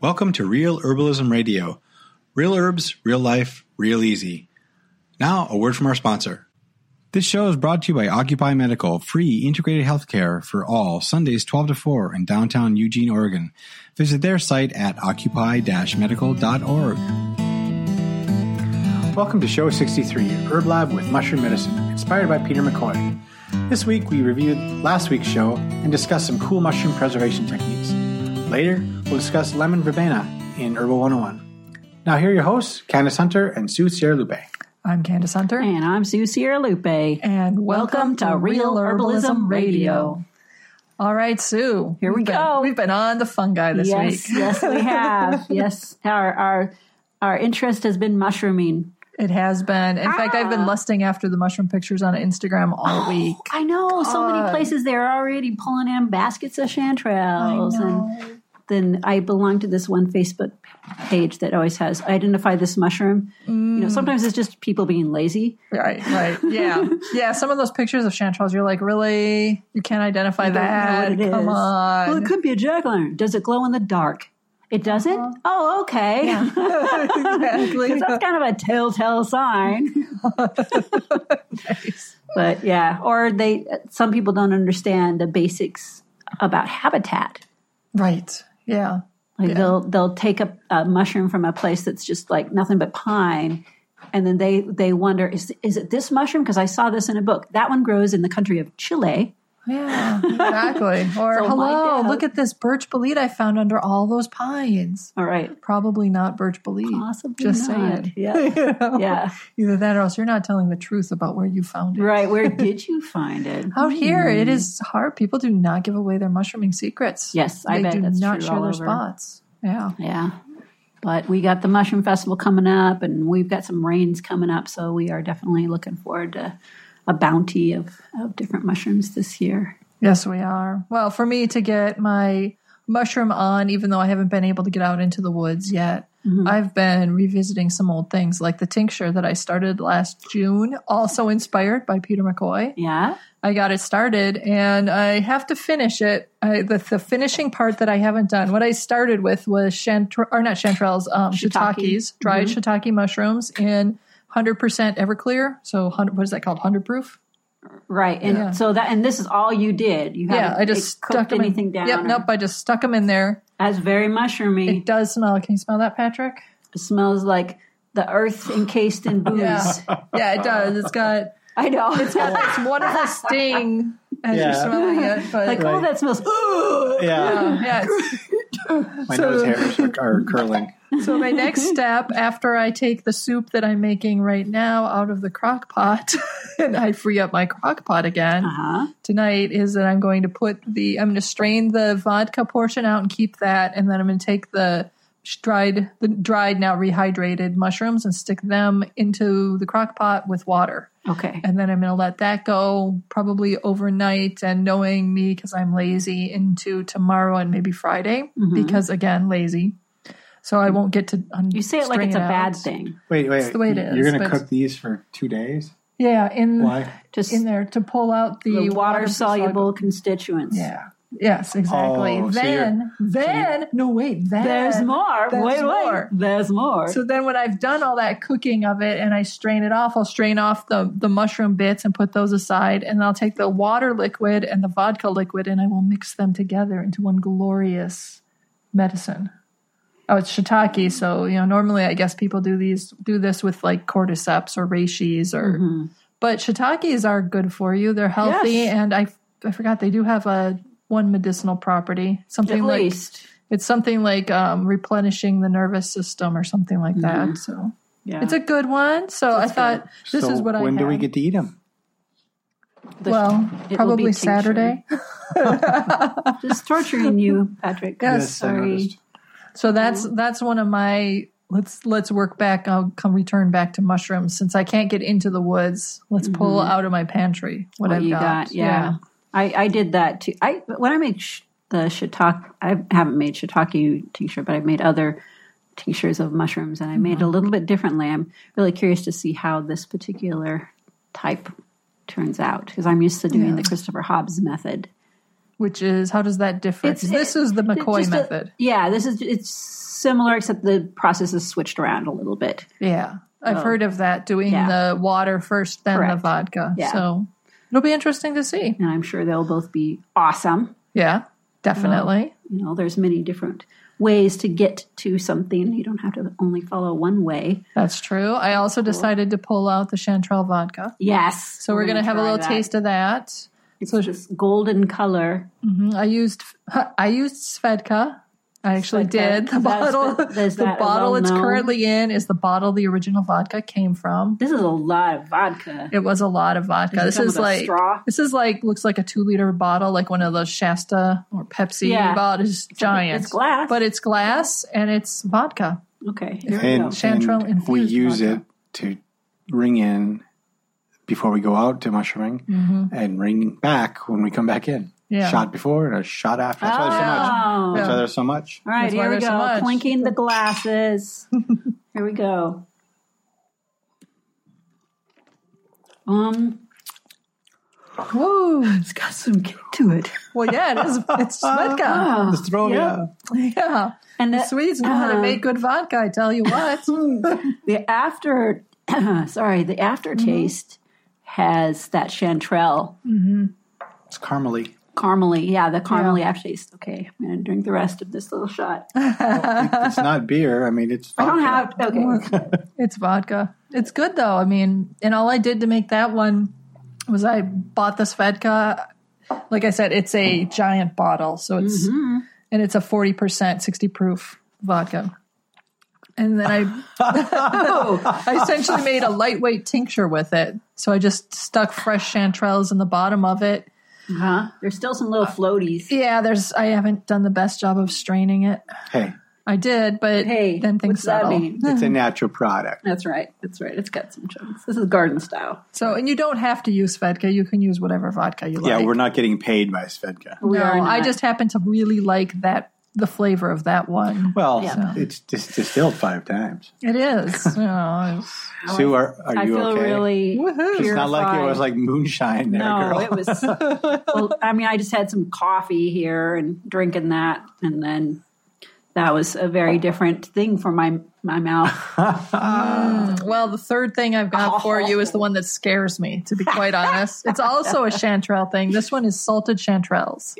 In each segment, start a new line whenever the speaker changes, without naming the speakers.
Welcome to Real Herbalism Radio. Real herbs, real life, real easy. Now, a word from our sponsor. This show is brought to you by Occupy Medical, free integrated healthcare for all, Sundays 12 to 4 in downtown Eugene, Oregon. Visit their site at occupy-medical.org. Welcome to Show 63, Herb Lab with Mushroom Medicine, inspired by Peter McCoy. This week, we reviewed last week's show and discussed some cool mushroom preservation techniques. Later, we'll discuss lemon verbena in Herbal 101. Now, here are your hosts, Candace Hunter and Sue Sierra Lupe.
I'm Candace Hunter,
And I'm Sue Sierra Lupe.
and
Welcome to Real Herbalism Radio.
All right, Sue.
Here we
We've been-
go.
We've been on the fungi this
yes,
week.
yes, we have. Yes, our our our interest has been mushrooming.
It has been. In fact, I've
Ah.
been lusting after the mushroom pictures on Instagram all
Oh.
week.
I know so many
God.
places they're already pulling in baskets of chanterelles, and
know.
then I belong to this one Facebook page that always has identify this mushroom. You
Mm.
know, sometimes it's just people being lazy.
Right, right. Yeah. yeah, some of those pictures of chanterelles, you're like, really? You can't identify
I don't
that?
know what it
Come
is.
on.
Well, it could be a jack o' lantern. Does it glow in the dark? It doesn't.
Uh-huh.
oh, okay.
exactly.
'Cause that's kind of a telltale sign. But yeah, or they some people don't understand the basics about habitat.
Right. Yeah.
Like
Yeah.
they'll they'll take a, a mushroom from a place that's just like nothing but pine, and then they they wonder is is it this mushroom? Because I saw this in a book. That one grows in the country of Chile.
Yeah, exactly. Or
So my
hello,
dad-
look at this birch bolete I found under all those pines.
All right,
Probably not birch bolete.
possibly
Just
not.
saying.
Yeah,
You know?
yeah,
Either that or else you're not telling the truth about where you found it.
right. Where did you find it?
Out here, it is hard. People do not give away their mushrooming secrets.
Yes,
they
I bet
do
that's
not
true
share
all
their
over.
spots. Yeah.
Yeah. But we got the Mushroom Festival coming up and we've got some rains coming up. So we are definitely looking forward to a bounty of, of different mushrooms this year.
Yes, we are. Well, for me to get my mushroom on, even though I haven't been able to get out into the woods yet,
Mm-hmm.
I've been revisiting some old things like the tincture that I started last June, also inspired by Peter McCoy.
Yeah.
I got it started and I have to finish it. I, the, the finishing part that I haven't done, what I started with was chantre, or not chanterelles, um,
Shiitake. Mm-hmm.
shiitakes, dried shiitake mushrooms in 100% Everclear. So 100, what is that called? 100 proof?
Right. And
Yeah.
so that, and this is all you did. You
Yeah,
haven't
I just
cooked
stuck them
anything
in,
down.
Yep,
or-
nope. I just stuck them in there.
That's very mushroomy.
It does smell. Can you smell that, Patrick?
It smells like the earth encased in booze.
Yeah, yeah, it does. It's got
I know. It's
got this wonderful sting as you're
Yeah.
smelling it, but um,
like, oh,
Right.
that smells.
Yeah,
yeah, yeah, it's-
my
So-
nose hairs are, are curling.
So my next step after I take the soup that I'm making right now out of the crock pot and I free up my crock pot again
Uh huh.
tonight is that I'm going to put the I'm going to strain the vodka portion out and keep that and then I'm going to take the sh- dried the dried now rehydrated mushrooms and stick them into the crock pot with water
Okay.
and then I'm going to let that go probably overnight. And knowing me, because I'm lazy, into tomorrow and maybe Friday, because again, lazy. So I won't get to. Un-
You say it like
string
it's a
out.
bad thing.
Wait, wait,
It's the way it is,
You're gonna
but-
cook these for two days?
Yeah, in
Why?
Just
in there to pull out the,
the water
soluble-
soluble constituents.
Yeah. Yes, exactly.
Oh, so you're-
then, then, no wait, then
There's more.
There's
wait,
more.
wait. There's more.
So then, when I've done all that cooking of it and I strain it off, I'll strain off the the mushroom bits and put those aside, and I'll take the water liquid and the vodka liquid, and I will mix them together into one glorious medicine. Oh, it's shiitake, so you know normally I guess people do these do this with like cordyceps or reishis or, but shiitakes are good for you. They're healthy,
Mm-hmm. Yes.
and I I forgot they do have a one medicinal property,
At
something like
least.
it's something like um, replenishing the nervous system or something like
Mm-hmm.
that. So
Yeah.
it's a good one. So I thought this
So
is what I
When do we
had.
get to eat them?
The-
Well,
be
probably
tincture.
Saturday.
just torturing you, Patrick.
I
sorry.
noticed.
So that's that's one of my let's let's work back. I'll come return back to mushrooms since I can't get into the woods. Let's pull out of my pantry what,
Mm-hmm. What
I've
you
got.
got? Yeah. I, I did that too. I when I make sh- the shiitake, I haven't made shiitake tincture, but I've made other tinctures of mushrooms, and I
Mm-hmm.
made it a little bit differently. I'm really curious to see how this particular type turns out because I'm used to doing the Christopher Hobbs method.
Which is how does that differ?
It's-
this
it-
is the
It's
McCoy
just a-
method.
yeah, this is it's similar, except the process is switched around a little bit.
Yeah. I've
Oh.
heard of that doing
Yeah.
the water first, then
Correct.
the vodka.
Yeah.
So it'll be interesting to see.
And I'm sure they'll both be awesome.
Yeah, definitely.
You know, there's many different ways to get to something. You don't have to only follow one way.
That's true. I also decided to pull out the Chanterelle vodka.
Yes.
So we're, going to have a
try
little
that.
taste of that.
It's this golden color.
Mhm. I used I used Svedka. I actually
Svedka.
did. The
Is that a
bottle
Sved- is
the
that a
bottle it's
well-known-
currently in is the bottle the original vodka came from.
This is a lot of vodka.
It was a lot of vodka.
Does it
This
come
is
with a
like
straw?
this is like looks like a two liter bottle, like one of those Shasta or Pepsi
Yeah.
bottles. It's giant,
It's glass.
but it's glass and it's vodka.
okay. Here we
And,
go.
Chanterelle
and we
infused
use
vodka.
it to ring in before we go out to mushrooming and ring back when we come back in.
Mm-hmm. Yeah. Ah.
Shot before and a shot after. That's why there's so much.
Oh.
That's
Yeah.
why there's so much.
All right,
That's why
here we
there's
go.
so much.
Clinking the glasses. here we go. Um,
Woo!
it's got some kick to it.
Well, yeah, it is. It's vodka.
Ah.
Oh,
Just throw
yeah.
it.
Yeah,
and
the
the,
Swedes know how to
uh-huh.
make good vodka. I tell you what.
the after, sorry, the aftertaste has that chanterelle
It's caramely.
caramely. Yeah, the caramely aftertaste. Okay, I'm gonna drink the rest of this little shot. I
it's not beer. I mean, it's.
don't
vodka.
have. Okay,
It's vodka. It's good though. I mean, and all I did to make that one was I bought this vodka. Like I said, it's a giant bottle, so it's
Mm-hmm.
and it's a forty percent, sixty proof vodka. And then I, I essentially made a lightweight tincture with it. So I just stuck fresh chanterelles in the bottom of it.
huh? Uh-huh. There's still some little floaties.
Yeah, there's. I haven't done the best job of straining it.
Hey,
I did, but
Hey,
then things
what's that
settle.
mean?
it's a natural product.
That's right. That's right. It's got some chunks. This is garden style.
So, and you don't have to use vodka. You can use whatever vodka you like.
Yeah, we're not getting paid by Svedka.
We
no,
are
I
not.
just happen to really like that the flavor of that one.
Well,
Yeah.
it's just distilled five times.
It is. you know, it's-
Sue, are, are
Oh, I
you
feel
okay?
really.
Woohoo.
it's not like it
purified.
was like moonshine there,
no,
girl.
it was. well, I mean, I just had some coffee here and drinking that, and then that was a very different thing for my my mouth.
well, the third thing I've got for you is the one that scares me. To be quite honest, it's also a chanterelle thing. This one is salted chanterelles,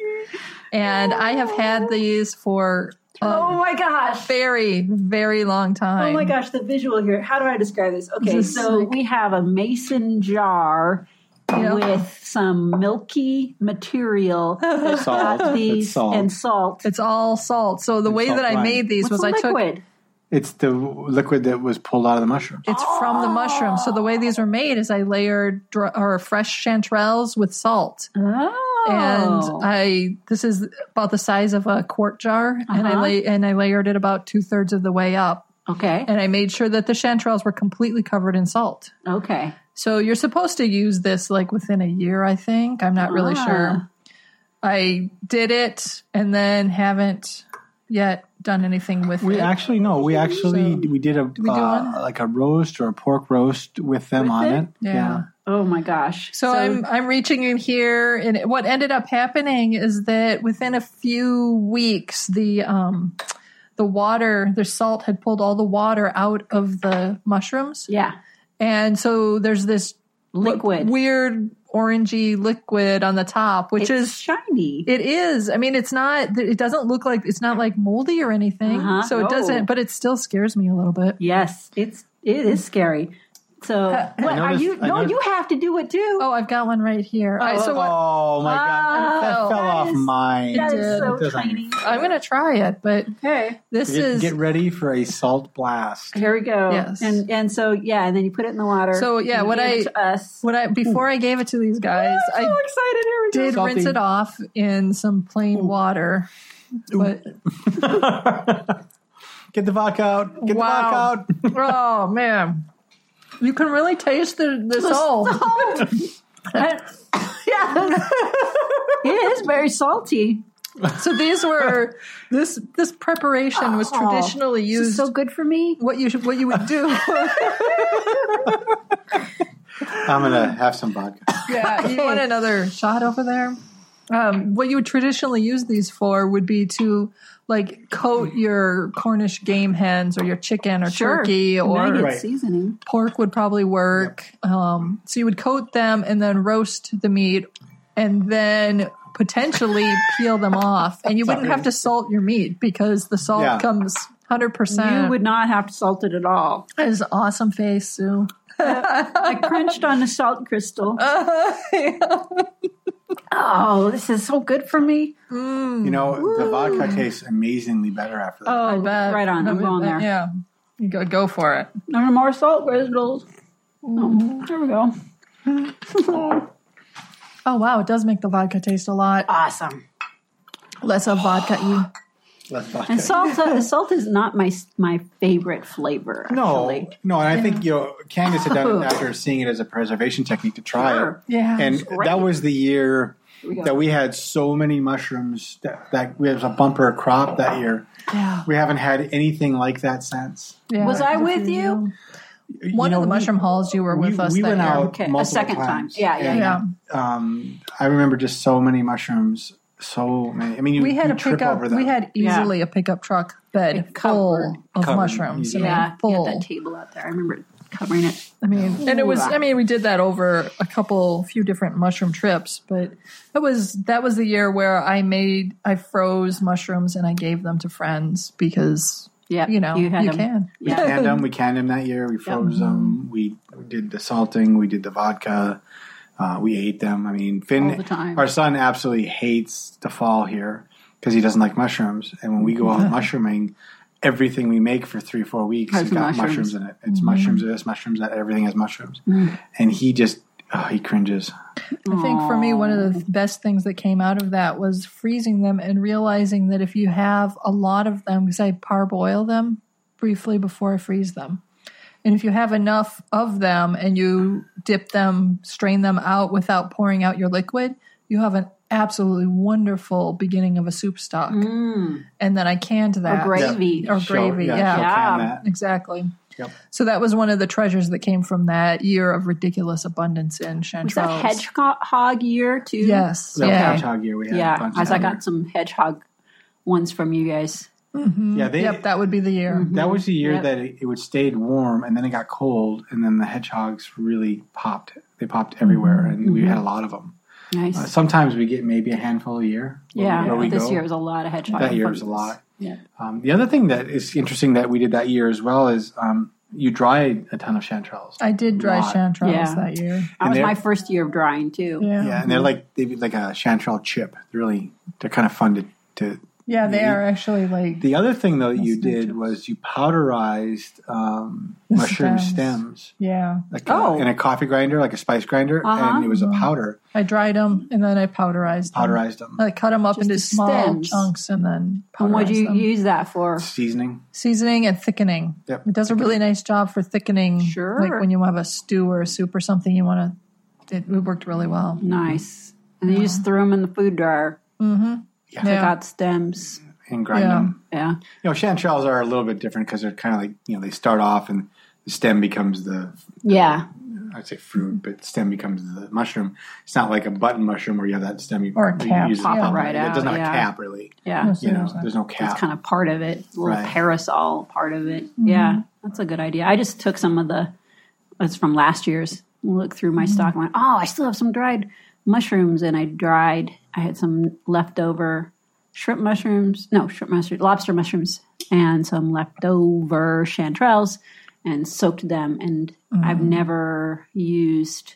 and I have had these for
oh
a
my gosh!
very, very long time.
Oh my gosh! The visual here. How do I describe this? Okay,
This is
so
like-
we have a mason jar.
Yeah.
With some milky material, that's
Salt.
got
It's
these
salt.
and salt.
It's all salt. So the way
salt
that I
brine.
made these
What's
was
the
I took
liquid?
It's the liquid that was pulled out of the mushroom.
It's from the mushroom. So the way these were made is I layered dr- or fresh chanterelles with salt.
Oh,
And I this is about the size of a quart jar, and I
Uh-huh.
lay and I layered it about two thirds of the way up,
okay,
and I made sure that the chanterelles were completely covered in salt.
okay.
So you're supposed to use this like within a year, I think. I'm not really
Ah.
sure. I did it and then haven't yet done anything with
We
it.
actually no, we actually we did a
we do
uh,
one?
like a roast or a pork roast with them
With
on
it?
it.
Yeah.
Oh my gosh.
So, I'm I'm reaching in here, and it- what ended up happening is that within a few weeks, the um, the water, the salt had pulled all the water out of the mushrooms,
yeah,
and so there's this
liquid.
weird orangey liquid on the top, which
It's
is
shiny.
it is. I mean, it's not. It doesn't look like it's not like moldy or anything.
Uh-huh.
So it
No.
doesn't, but it still scares me a little bit.
yes, it's it is scary. So what are
noticed-
you?
I
No,
noticed-
you have to do it too.
Oh, I've got one right here. I, so what,
Oh my god, that
Wow.
fell
Oh, That
off
is-
mine.
that
it
is
did.
It
so
doesn't-
tiny.
I'm gonna try it, but
Okay,
this
Get,
is
get ready for a salt blast.
here we go.
Yes.
and and so yeah, and then you put it in the water.
So, yeah,
You
what
give
I-
it to us.
When I before I gave it to these guys, I
excited. Here we
did
Salty.
rinse it off in some plain water. But
Get the vodka out. Get
Wow.
the vodka out.
oh man, you can really taste the the salt.
yeah, it is very salty.
So these were this this preparation was
Oh,
traditionally
This
used.
is so good for me.
what you should, what you would do?
I'm gonna have some vodka.
yeah, you want another shot over there? um, what you would traditionally use these for would be to like coat your Cornish game hens or your chicken or
Sure.
turkey or
Maggot
Right.
seasoning.
pork would probably work. Um, so you would coat them and then roast the meat and then potentially peel them off. And you wouldn't have to salt your meat because the salt
Yeah.
comes 100%.
You would not have to salt it at all.
That is an awesome face, Sue.
I crunched on a salt crystal. Oh, this is so good for me.
You know, the vodka tastes amazingly better after that.
Oh,
I bet.
right on. I'm
I
going
bet,
there.
Yeah. You go, go for it.
No more salt crystals. Oh, there we go.
Oh, wow. It does make the vodka taste a lot
Awesome.
less of vodka. You
That's vodka.
And salt, uh, salt is not my my favorite flavor.
No,
actually.
no, and I think you know, Candace had done it after seeing it as a preservation technique to try
Sure.
it.
Yeah,
and
it's
that was the year
we go.
that we had so many mushrooms that, that we had a bumper crop that year.
Yeah.
We haven't had anything like that since.
Yeah.
Was I with you?
You
One
know,
of the
we-
mushroom halls you were with
we,
us
we
that
went
year.
out
Okay, a
multiple
second time.
times.
Yeah, yeah,
and,
yeah.
Um, I remember just so many mushrooms. So many. I mean, you,
We had
you
a
trip
pickup.
over them.
We had
Yeah.
easily a pickup truck bed
It covered-
full of
covered,
mushrooms. I mean,
Yeah, you had
full.
that table out there. I remember covering it.
I mean, and it was.
Ooh.
I mean, we did that over a couple, few different mushroom trips. But that was that was the year where I made, I froze mushrooms and I gave them to friends because
Yeah,
you know you,
had them.
can.
We
Yeah.
canned them. We canned them that year. We froze them. We did the salting. We did the vodka. Uh, we ate them. I mean, Finn,
All the time.
our son, absolutely hates the fall here because he doesn't like mushrooms. And when we go out mushrooming, everything we make for three, four weeks
Has
has got mushrooms.
mushrooms.
in it. It's mushrooms this, mushrooms that. Everything has mushrooms. And he just oh, he cringes.
I think for me, one of the best things that came out of that was freezing them and realizing that if you have a lot of them, because I parboil them briefly before I freeze them. And if you have enough of them and you dip them, strain them out without pouring out your liquid, you have an absolutely wonderful beginning of a soup stock.
Mm.
And then I canned that.
Mm-hmm. gravy.
Or
She'll-
Oh, gravy, yeah.
she'll can
Yeah.
that.
Exactly.
Yep.
So that was one of the treasures that came from that year of ridiculous abundance in Chantrells.
Was that hedgehog year too?
Yes.
That was
yeah.
hedgehog year we had. a
Yeah,
bunch of
as I
that
got some hedgehog ones from you guys.
year. yeah, they,
Mm-hmm.
Mm-hmm.
Yep, that would be the year.
That was the year
Mm-hmm. Yep.
that it, it would stayed warm, and then it got cold, and then the hedgehogs really popped. They popped everywhere, and
Mm-hmm.
we had a lot of them.
Nice.
Uh, sometimes we get maybe a handful a year. where we-
yeah,
where we
this
go.
year was a lot of hedgehog.
that year was
was
a lot.
Yeah.
Um, the other thing that is interesting that we did that year as well is um, you dried a ton of chanterelles.
I did dry
Lot.
chanterelles
Yeah.
that year.
That
And
was
they're-
my first year of drying too.
Yeah.
yeah,
yeah.
and they're like they like a chanterelle chip. They're really they're kind of fun to. to
they are actually like
the other thing though that you did was you powderized um, mushroom
stems.
stems.
yeah.
like
Oh.
a, in a coffee grinder, like a spice grinder,
Uh-huh.
and it was a powder.
I dried them and then I powderized them.
Powderized them,
I cut them up
Just
into
the
small
stems.
chunks and then
And what
powderized
would you
them.
use that for?
seasoning.
Seasoning and thickening.
Yep.
It does a really nice job for thickening.
Sure.
Like when you have a stew or a soup or something, you want to. It worked really well.
Nice. And you just threw them in the food dryer.
Yeah,
Took
Yeah.
out stems.
and grind
Yeah.
them.
Yeah.
You know, chanterelles are a little bit different because they're kind of like you know they start off and the stem becomes the
Yeah.
I'd say fruit, but stem becomes the mushroom. It's not like a button mushroom where you have that stem you,
Or a
you
cap.
use it
Pop
to
it
pop
right
It doesn't
out,
have
yeah.
a cap really.
Yeah.
You know, there's no cap.
It's kind of part of it. It's a little
Right.
parasol part of it. Yeah. That's a good idea. I just took some of the it's from last year's. Looked through my stock and went, Oh, I still have some dried mushrooms and I dried I had some leftover shrimp mushrooms. No, shrimp mushrooms, lobster mushrooms and some leftover chanterelles and soaked them and I've never used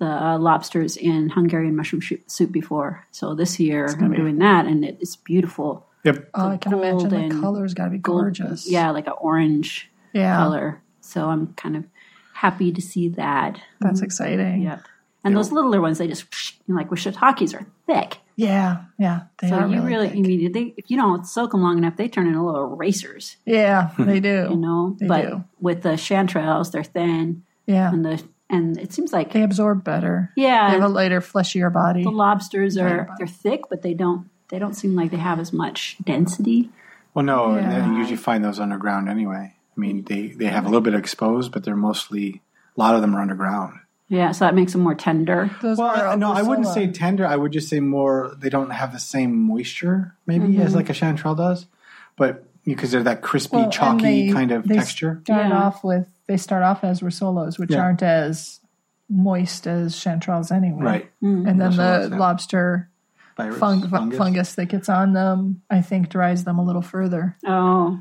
the uh, lobsters in Hungarian mushroom shu- soup before. So this year I'm doing that and it, it's beautiful
Yep.
Oh, I can imagine the
golden-
color's got to be
gold-
gorgeous.
Yeah, like an orange
Yeah.
color. So I'm kind of happy to see that.
That's exciting.
Yep. And those littler ones, they just you know, like with shiitakes are thick.
Yeah. Yeah. They
So
are
you
really.
really,
thick.
you need they, if you don't soak them long enough, they turn into little erasers.
yeah, they do.
You know,
They
but
do.
with the chanterelles, they're thin,
Yeah.
and the and it seems like
They absorb better.
yeah,
They have a
the
lighter, fleshier body.
lobsters are they're thick, but they don't they don't seem like they have as much density.
Well, no,
Yeah.
and you usually find those underground anyway. I mean, they they have a little bit exposed, but they're mostly a lot of them are underground.
Yeah, so that makes them more tender.
Those
Well,
are
I- no, I wouldn't
Opusilla.
say tender. I would just say more. They don't have the same moisture, maybe, as like a chanterelle does, but because they're that crispy,
Mm-hmm. Well, and
chalky
they-
kind of
they
texture.
Start
Yeah.
off with they start off as Rosolos, which
Yeah.
aren't as moist as chanterelles anyway.
Right.
And then
Rosolos,
the
yeah.
lobster
Virus,
fung- fu- fungus. that gets on them, I think, dries them a little further
Oh,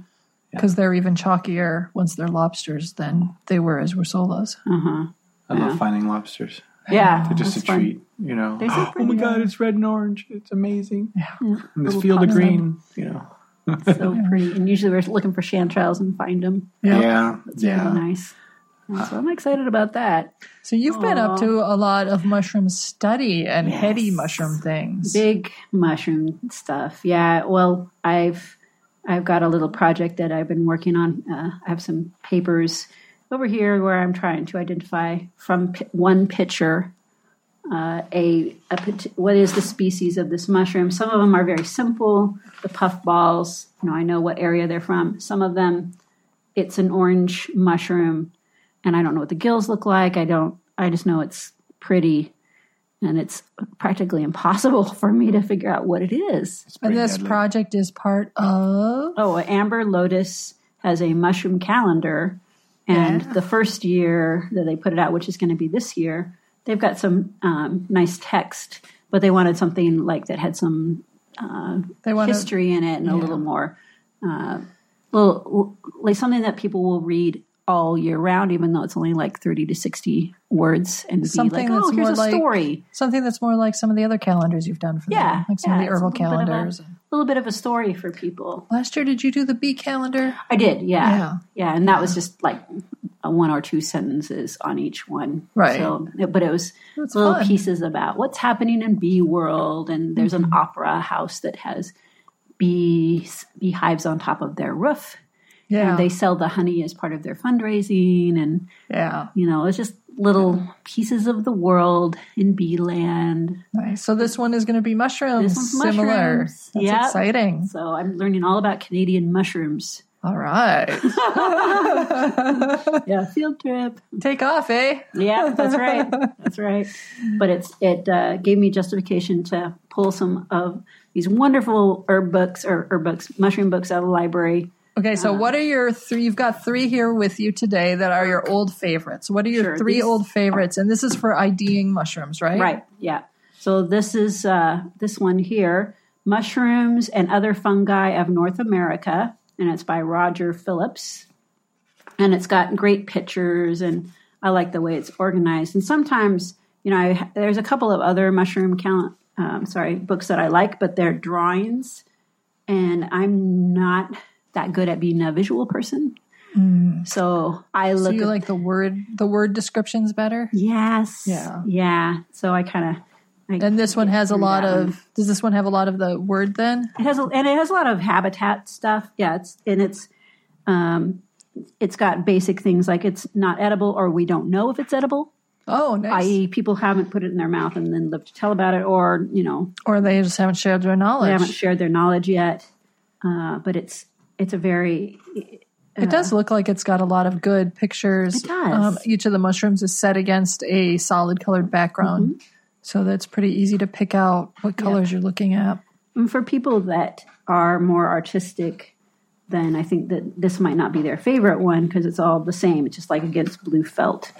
because they're even chalkier once they're lobsters than they were as Rosolos.
uh huh.
I love finding lobsters.
Oh,
Yeah,
They're just
that's
a
fun.
treat, you know.
They're so
oh my
pretty,
god,
yeah.
it's red and orange. It's amazing.
Yeah.
And this
Little
field of
puffs.
green, you know.
So pretty. And usually we're looking for chanterelles and find them.
Yeah.
Yeah.
It's
Yeah.
really nice. And so I'm excited about that.
So you've been
Aw.
up to a lot of mushroom study and
Yes.
heady mushroom things.
Big mushroom stuff. Yeah. Well, I've I've got a little project that I've been working on. Uh, I have some papers over here where I'm trying to identify from pi one picture uh, a, a pat- what is the species of this mushroom. Some of them are very simple. The puff balls. You know, I know what area they're from. Some of them, it's an orange mushroom, and I don't know what the gills look like. I don't. I just know it's pretty and it's practically impossible for me to figure out what it is.
It's
and
pretty
this
deadly.
project is part of
Oh, Amber Lotus has a mushroom calendar, and
Yeah.
the first year that they put it out, which is going to be this year, they've got some um, nice text, but they wanted something like that had some
they want to
history in it and a little more, uh, little, like something that people will read all year round, even though it's only like thirty to sixty words, and be
Something
like, "Oh,
that's
here's
more
a
like-
story."
something that's more like some of the other calendars you've done for
Yeah,
them, like some of
yeah,
the
it's a
herbal
little bit of a-
calendars.
A little bit of a story for people.
Last year, did you do the bee calendar?
I did, yeah.
Yeah.
Yeah, and that was just like a one or two sentences on each one.
Right.
So, but it was
That's
little
fun.
pieces about what's happening in bee world and there's
Mm-hmm.
an opera house that has bees beehives on top of their roof
Yeah,
and they sell the honey as part of their fundraising and
yeah,
you know, it's just little pieces of the world in bee land.
nice. So this one is going to be mushrooms,
This one's
similar.
mushrooms.
That's
Yep.
exciting.
So I'm learning all about Canadian mushrooms.
All right,
Yeah, field trip.
take off, eh?
Yeah, that's right. That's right. But it's it uh, gave me justification to pull some of these wonderful herb books or herb books, mushroom books out of the library.
Okay, so what are your three? You've got three here with you today that are your old favorites. What are your
Sure,
three
these-
old favorites? And this is for IDing mushrooms, right?
Right. Yeah. So this is uh, this one here, mushrooms and other fungi of North America, and it's by Roger Phillips, and it's got great pictures, and I like the way it's organized. And sometimes, you know, I, there's a couple of other mushroom count, um, sorry, books that I like, but they're drawings, and I'm not that good at being a visual person. So I
Mm. So
look
you
at
like the word the word descriptions better?
yes,
Yeah.
yeah. So I kind of.
And this one has a lot
that
of. Does this one have a lot of the word then?
It has, a, and it has a lot of habitat stuff. Yeah, it's and it's, um, it's got basic things like it's not edible or we don't know if it's edible,
Oh, nice.
i.e., people haven't put it in their mouth and then lived to tell about it, or you know
or they just haven't shared their
they haven't
knowledge.
shared their knowledge yet. Uh, but it's it's a very
It does look like it's got a lot of good pictures. um,
It does.
each of the mushrooms is set against a solid colored background.
Mm-hmm.
So that's pretty easy to pick out what colors you're looking at.
And for people that are more artistic, then I think that this might not be their favorite one because it's all the same. It's just like against blue felt.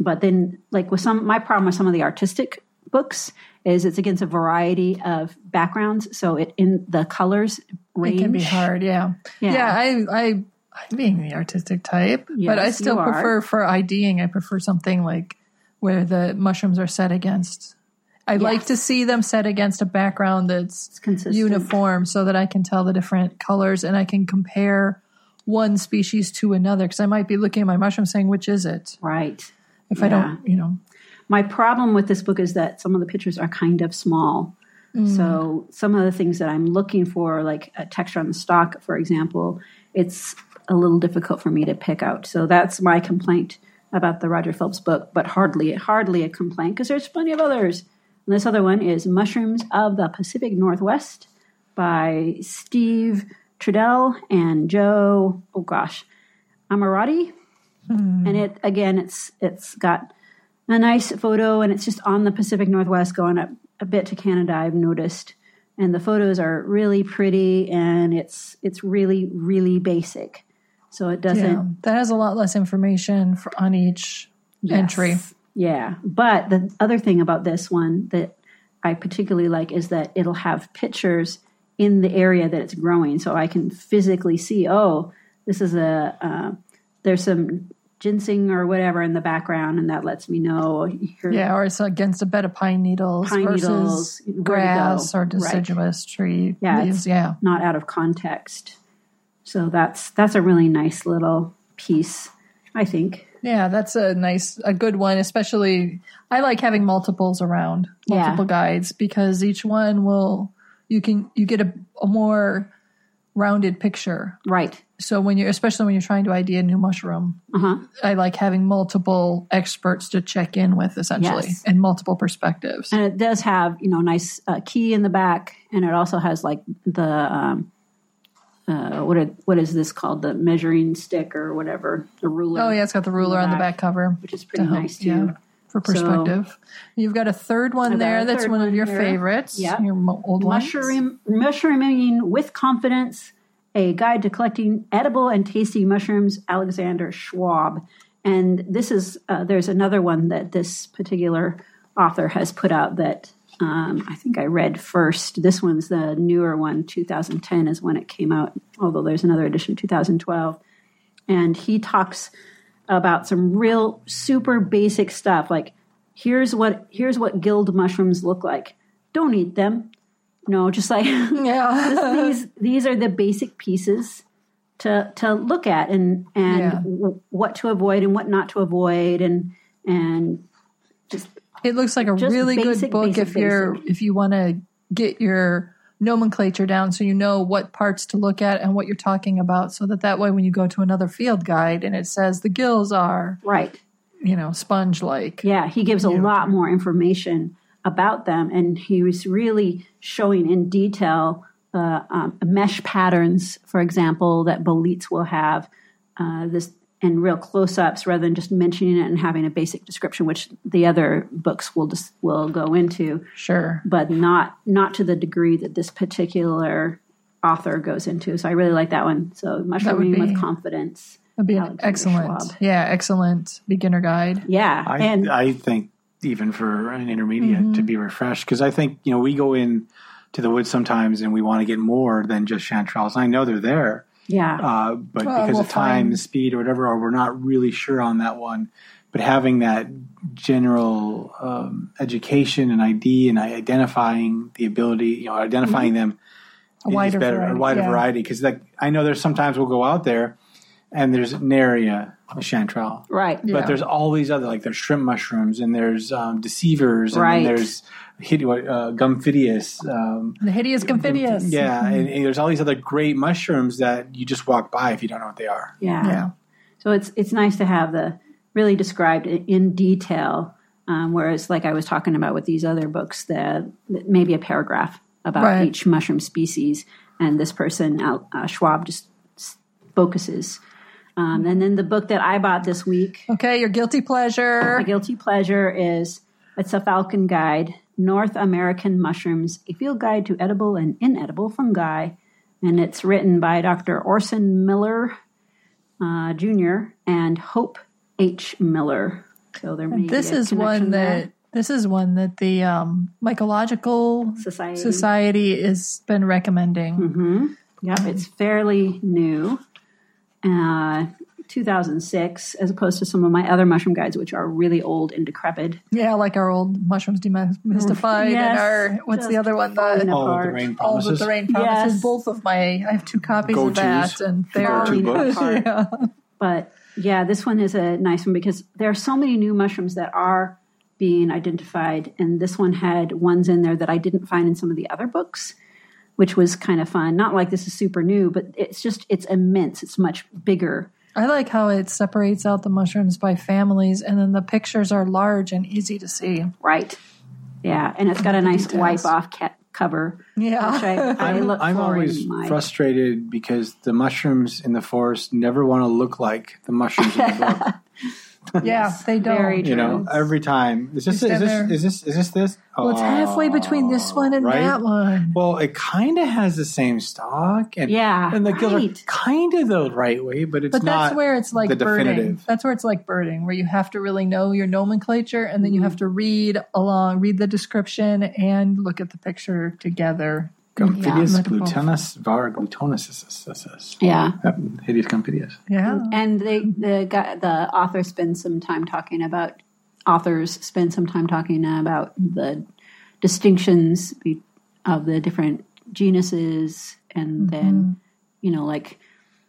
But then, like with some, my problem with some of the artistic books is it's against a variety of backgrounds, so it in the colors range.
It can be hard, yeah. Yeah,
Yeah.
I, I, I'm being the artistic type, but I
Yes,
still
you are.
prefer for IDing, I prefer something like where the mushrooms are set against. I like to see them set against a background that's
consistent.
uniform so that I can tell the different colors and I can compare one species to another because I might be looking at my mushroom saying, which is it?
Right.
If I don't, you know.
My problem with this book is that some of the pictures are kind of small. So some of the things that I'm looking for, like a texture on the stalk, for example, it's a little difficult for me to pick out. So that's my complaint about the Roger Phelps book, but hardly hardly a complaint because there's plenty of others. And this other one is Mushrooms of the Pacific Northwest by Steve Trudell and Joe. Oh gosh, Amirati, and it again, it's it's got a nice photo, and it's just on the Pacific Northwest going up a bit to Canada. I've noticed, and the photos are really pretty, and it's it's really really basic, so it doesn't
Yeah, that has a lot less information for, on each entry.
Yeah. But the other thing about this one that I particularly like is that it'll have pictures in the area that it's growing. So I can physically see, oh, this is a, uh, there's some ginseng or whatever in the background. And that lets me know here
Yeah, or it's against a bed of pine needles
Pine
versus
needles, where to
grass
go.
or
Right.
deciduous tree
Yeah, it's-
leaves. Yeah,
not out of context. So that's, that's a really nice little piece, I think.
yeah, that's a nice, a good one. Especially, I like having multiples around,
Yeah.
multiple guides because each one will you can you get a, a more rounded picture.
Right.
So when you're, especially when you're trying to idea a new mushroom,
Uh huh.
I like having multiple experts to check in with essentially
Yes.
and multiple perspectives.
and it does have you know nice uh, key in the back and it also has like the um uh, what are, what is this called the measuring stick or whatever the ruler
Oh yeah, it's got the ruler on the back cover,
which is pretty
to help,
nice too
yeah, for
So-
perspective. You've got a third
I've
one
got
there
a
that's
third
one of
one
your
here.
favorites.
Yep.
Your mo- old ones.
mushroom mushrooming with confidence a guide to collecting edible and tasty mushrooms alexander schwab and this is uh, there's another one that this particular author has put out that um, i think i read first this one's the newer one 2010 is when it came out although there's another edition 2012 and he talks about some real super basic stuff like here's what here's what guild mushrooms look like don't eat them no just like
Yeah.
these these are the basic pieces to to look at and and
Yeah.
w- what to avoid and what not to avoid and and
it looks like a
Just
really good
basic,
book
basic,
if you're
basic.
if you want to get your nomenclature down so you know what parts to look at and what you're talking about so that that way when you go to another field guide and it says the gills are
right
you know sponge like
Yeah, he gives a lot more information about them, and he was really showing in detail the um, mesh patterns, for example, that boletes will have. Uh, this and real close-ups rather than just mentioning it and having a basic description, which the other books will just will go into,
sure
but not not to the degree that this particular author goes into. So I really like that one. So mushrooming
be-
with confidence.
that'd be an
Alexander
excellent
Schwab.
yeah excellent beginner guide
Yeah,
I,
and
I think even for an intermediate
Mm-hmm.
to be refreshed, because I think you know we go in to the woods sometimes and we want to get more than just chanterelles. I know they're there,
yeah,
uh, but
Well,
because
we'll
of time,
find-
speed, or whatever, or we're not really sure on that one. But having that general um, education and ID and i- identifying the ability, you know, identifying them
Mm-hmm. A
is
wider
better,
variety,
a wider
yeah.
variety. Because like I know there's sometimes we'll go out there and there's an area of chanterelle,
right.
Yeah.
but there's all these other like there's shrimp mushrooms and there's um, deceivers and
Right.
then there's hid- uh, gumphidius. Um,
the hideous confidius
yeah, and, and there's all these other great mushrooms that you just walk by if you don't know what they are.
yeah
So it's it's nice to have the really described i- in detail. Um, whereas, like I was talking about with these other books, that that maybe a paragraph about
Right.
each mushroom species, and this person Al- uh, Schwab just s- focuses. Um, and then the book that I bought this week,
okay your guilty
my
pleasure
guilty pleasure, is it's a Falcon Guide: North American Mushrooms, a field guide to edible and inedible fungi, and it's written by Dr. Orson Miller uh, Jr. and Hope H. Miller. So there may
this
be a
is one
connection there.
that this is one that the um, mycological
Society. Mm-hmm.
society has been recommending
Yep, it's fairly new, uh, 2006, as opposed to some of my other mushroom guides, which are really old and decrepit.
Yeah, like our old mushrooms demystified
Yes,
and our what's the
just
other one?
falling
The
All that
apart.
the rain
all that
promises.
the rain promises.
Yes.
Both of my I have two copies
Go-tos.
of that and they're
Go-to books.
yeah.
But yeah, this one is a nice one because there are so many new mushrooms that are being identified. And this one had ones in there that I didn't find in some of the other books, which was kind of fun. Not like this is super new, but it's just, it's immense. It's much bigger.
I like how it separates out the mushrooms by families and then the pictures are large and easy to see.
Right. Yeah. And it's got a nice
details.
wipe off cat cover.
Yeah.
Which I, I
I'm,
look
I'm
for
always
in my
frustrated because the mushrooms in the forest never want to look like the mushrooms in the book.
Yeah, they don't.
Very
You know,
Yes.
every time. Is this,
You
is
stand
this,
there.
is this, is this, this?
Well, it's halfway between this one and
right?
that one.
Well, it kind of has the same stock, and
Yeah,
and the gills
right.
are kind of the right way, but it's
But
not.
that's where it's like
the
birding.
definitive.
That's where it's like birding, where you have to really know your nomenclature, and
Mm-hmm.
then you have to read along, read the description, and look at the picture together.
Comphidius
Yeah.
glutinus var Um, glutonus. is- is- is- is.
yeah.
Yep, Hideous comphidius.
Yeah,
And they the guy, the author spends some time talking about authors spend some time talking about the distinctions be, of the different genuses, and then you know, like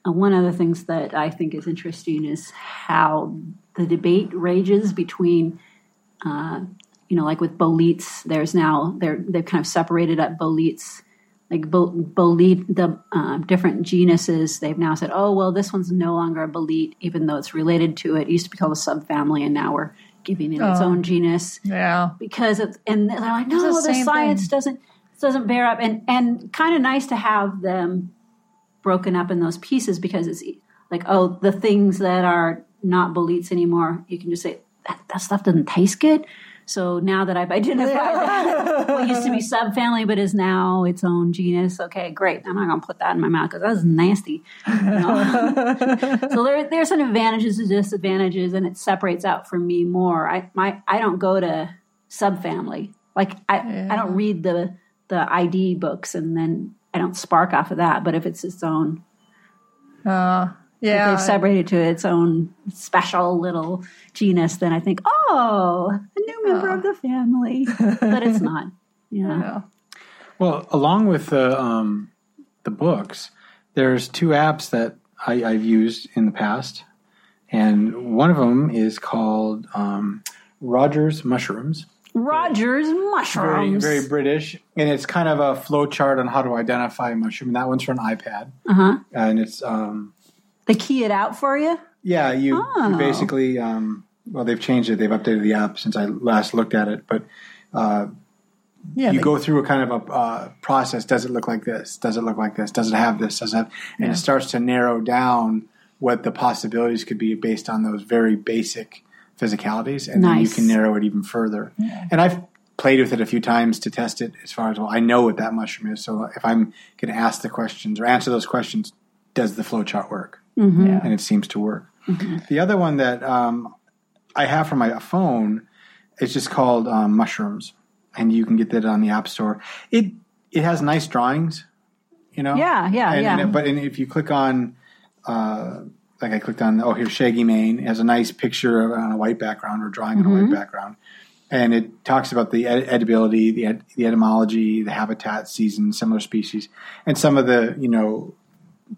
uh, one of the things that I think is interesting is how the debate rages between. Uh, you know, like with boletes, there's now they're they've kind of separated up boletes like bo- bolete, the um, different genuses, they've now said, oh, well, this one's no longer a bolete, even though it's related to it. It used to be called a subfamily, and now we're giving it its
Oh.
own genus
yeah.
because it's, and they're like, no,
It's the
the
same
science
thing.
doesn't doesn't bear up, and and kind of nice to have them broken up in those pieces because it's e- like, oh, the things that are not boletes anymore, you can just say that, that stuff doesn't taste good. So now that I've identified that, what used to be subfamily but is now its own genus, okay, great. I'm not going to put that in my mouth because that's nasty. you know? so there, there's some advantages and disadvantages, and it separates out for me more. I my I don't go to subfamily. Like I, I don't read the the ID books, and then I don't spark off of that. But if it's its own,
Uh, yeah.
they've separated to its own special little genus, then I think, oh, a new member of the family. but it's not. Yeah.
Yeah.
Well, along with the um, the books, there's two apps that I, I've used in the past, and one of them is called um, Rogers Mushrooms.
Rogers
Very,
mushrooms.
very British, and it's kind of a flow chart on how to identify a mushroom. And that one's for an iPad,
uh-huh.
and it's um,
They key it out for you.
Yeah, you,
Oh.
you basically. Um, well, they've changed it. They've updated the app since I last looked at it. But uh,
Yeah.
you
they-
go through a kind of a uh, process. Does it look like this? Does it look like this? Does it have this? Does it? Have, and it starts to narrow down what the possibilities could be based on those very basic physicalities, and then you
Nice.
can narrow it even further. And I've played with it a few times to test it. As far as well, I know what that mushroom is. So if I'm going to ask the questions or answer those questions, does the flowchart work?
yeah.
and it seems to work. The other one that um, I have for my phone is just called um, Mushrooms, and you can get that on the App Store. It it has nice drawings, you know.
Yeah, yeah,
Oh. And-
yeah.
and- but and if you click on, uh, like I clicked on, oh here's Shaggy Mane. It has a nice picture of, on a white background or drawing on
Mm-hmm.
a white background, and it talks about the ed- edibility, the ed- the etymology, the habitat, season, similar species, and some of the you know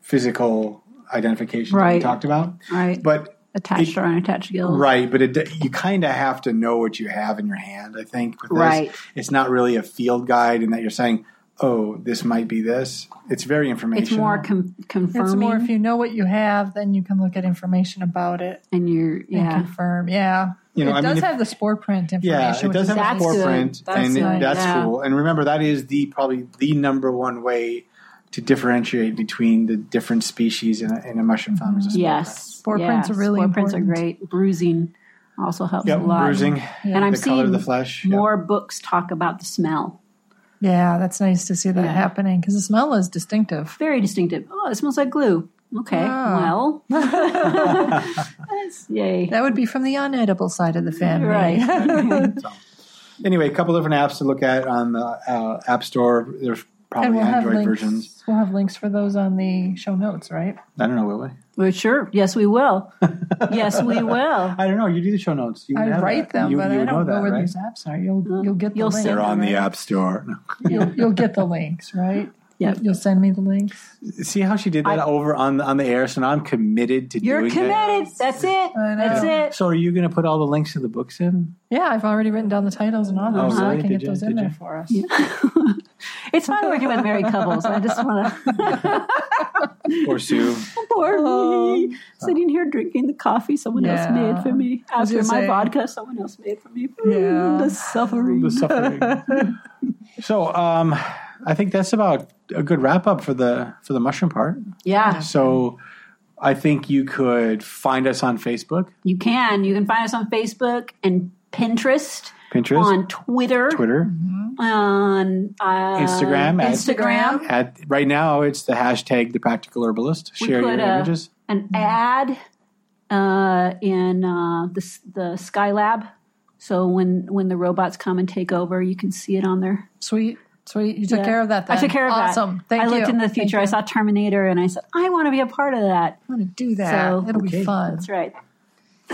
physical identifications that we
Right.
talked about.
Right.
But
attached
It-
or unattached gills.
right, but it, you kind of have to know what you have in your hand. I think with this,
Right.
it's not really a field guide in that you're saying, "Oh, this might be this." It's very informational.
It's more com- confirming.
It's more if you know what you have, then you can look at information about it
and you're
and
yeah.
confirm. Yeah.
You know, I
it
mean,
does
if-
have the spore print information.
yeah, it
which
does
is
have a
That's
spore
good.
print,
That's
and it-
nice.
that's
Yeah.
cool. And remember, that is the probably the number one way to differentiate between the different species in a, in a mushroom farm. is a spore print.
Yes.
Spore prints
yes.
are really
Spore prints are
important.
great. Bruising also helps
Yep,
a lot.
bruising,
And I'm
the color of
seeing
the flesh. yep.
more books talk about the smell.
Yeah, that's nice to see that
Yeah.
happening because the smell is distinctive.
Very distinctive. Oh, it smells like glue. Okay,
Ah.
well, That's- yay.
That would be from the unedible side of the family.
Right.
so, anyway, a couple different apps to look at on the uh, App Store. There's probably
And we'll have,
Android
links,
versions.
we'll have links for those on the show notes, right?
I don't know, will we?
Well, sure. Yes, we will. Yes, we will.
I don't know. You do the show notes. You would
I
have
write
that.
them,
You-
but
you
I
would
don't know,
that,
where
right?
these apps are. You'll you'll get the
You'll
link.
see. They're on the
App Store.
You'll, you'll get the links, right?
Yep.
You'll send me the links.
See how she did that over on the, on the air. So now I'm committed to
You're
doing
committed. That's it.
I know.
That.
That's it.
So are you going to put all the links to the books in?
Yeah, I've already written down the titles and authors,
Oh,
so I
really?
can
Did
get
you-
those in
did
there
you?
for us.
It's fun working with married couples. I just want to
Or Sue?
poor me sitting here drinking the coffee someone
Um, Yeah.
else made for me
was
after my
gonna say-
vodka someone else made for me.
Yeah.
the suffering.
the suffering. so um, I think that's about a good wrap up for the for the mushroom part.
Yeah.
So I think you could find us on Facebook,
You can. You can find us on Facebook and Pinterest,
Pinterest,
on Twitter,
Twitter,
on uh,
Instagram at-
Instagram.
at right now it's the hashtag the practical herbalist
We
share your
put, uh,
images
An ad uh, in uh, the s- the Skylab. So when when the robots come and take over, you can see it on there.
Sweet, sweet. You took
Yeah.
care of that. Then.
I took care of that.
awesome. Thank
I
you.
looked in the
Thank
future. I
you.
saw Terminator, and I said, I want to be a part of that.
I'm going to do that.
So-
It'll
Okay.
be fun.
That's right.
so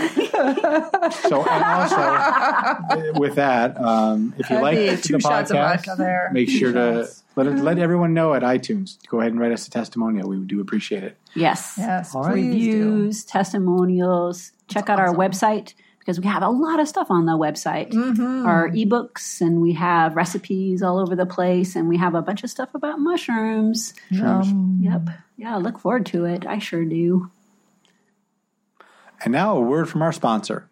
and also uh, with that um, if you like
That'd be
the
two shots of vodka
podcast
there.
make
Two
sure to
shots.
let, it, let everyone know at itunes go ahead and write us a testimonial we do appreciate it
Yes.
Yes,
All right.
please do.
reviews, testimonials. Check out our website because we have a lot of stuff on the website.
Mm-hmm.
Our ebooks and we have recipes all over the place and we have a bunch of stuff about mushrooms.
Um,
Yep. Yeah, look forward to it. I sure do.
and now a word from our sponsor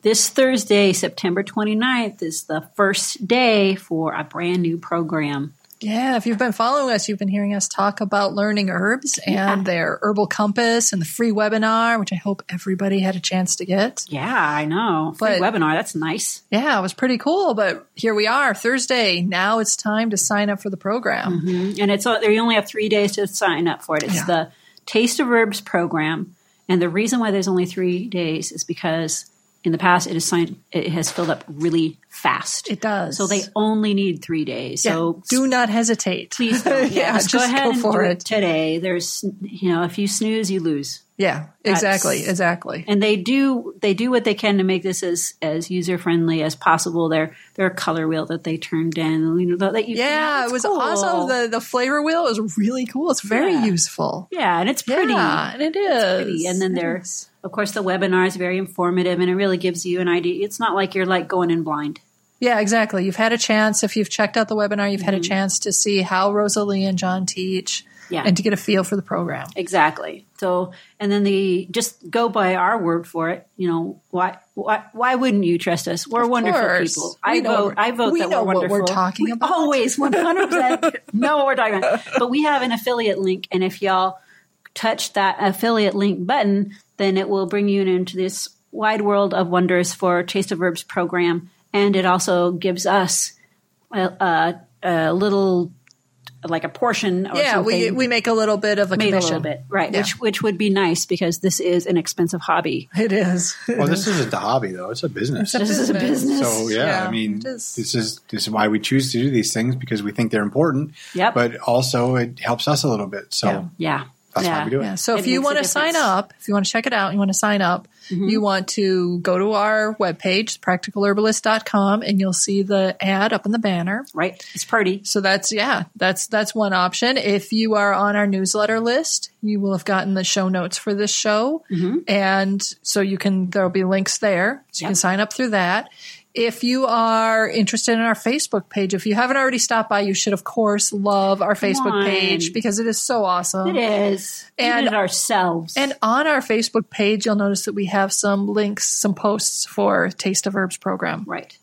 This Thursday, September 29th, is the first day for a brand new program.
Yeah, if you've been following us, you've been hearing us talk about learning herbs and their herbal compass and the free webinar, which I hope everybody had a chance to get.
Yeah, I know. Free
But-
webinar. That's nice.
Yeah, it was pretty cool, but here we are, Thursday. Now it's time to sign up for the program.
And it's all- you only have three days to sign up for it. It's
Yeah.
the Taste of Herbs program, and the reason why there's only three days is because in the past it is signed, it has filled up really fast.
It does.
So they only need three days.
Yeah,
So
do not hesitate.
please, don't. yeah,
Yeah,
just, go
just
ahead
go
and
for
do
it.
it today. There's you know if you snooze you lose.
Yeah, exactly, exactly.
and they do they do what they can to make this as as user friendly as possible. Their their color wheel that they turned in, you know, that you,
Yeah,
it's
it was
cool.
awesome. The the flavor wheel is really cool. It's very
Yeah.
useful.
yeah, and it's pretty.
Yeah, and it is.
pretty. And then there, of course, the webinar is very informative and it really gives you an idea. It's not like you're like going in blind.
Yeah, exactly. You've had a chance, if you've checked out the webinar, you've had a chance to see how Rosalie and John teach
Mm-hmm. Yeah.
and to get a feel for the program.
Exactly. So, and then the just go by our word for it. You know why? Why? Why wouldn't you trust us? We're
Of
wonderful
course.
people.
We
I
know
vote.
what-
I vote
we
that
know
we're
what we're
wonderful.
talking
We
about.
always one hundred percent know what we're talking about. But we have an affiliate link, and if y'all touch that affiliate link button, then it will bring you into this wide world of wonders for Taste of Herbs program, and it also gives us a, a, a little like a portion. Or
Yeah, we,
something
we make a little bit of a
made a
commission.
little bit, right?
Yeah.
Which which would be nice because this is an expensive hobby.
It is.
Well, this isn't a hobby though; it's a business.
This is a business.
So yeah,
Yeah,
I mean,
it is.
this is this is why we choose to do these things because we think they're important.
Yep.
But also, it helps us a little bit. So
Yeah.
Yeah,
that's
yeah.
why we do it.
Yeah. So
It
if you
makes a
want to sign
difference. Mm-hmm.
up, if you want to check it out, and you want to sign up, you want to go to our webpage, practicalherbalist.com, and you'll see the ad up in the banner.
Right? It's pretty.
So that's yeah, that's that's one option. If you are on our newsletter list, you will have gotten the show notes for this show, and so you can there'll be links there, so you can
Mm-hmm. Yep.
sign up through that. If you are interested in our Facebook page, if you haven't already stopped by, you should of course love our Facebook
on.
page because it is so awesome.
It is.
And-
we did it ourselves.
And on our Facebook page, you'll notice that we have some links, some posts for Taste of Herbs program.
right.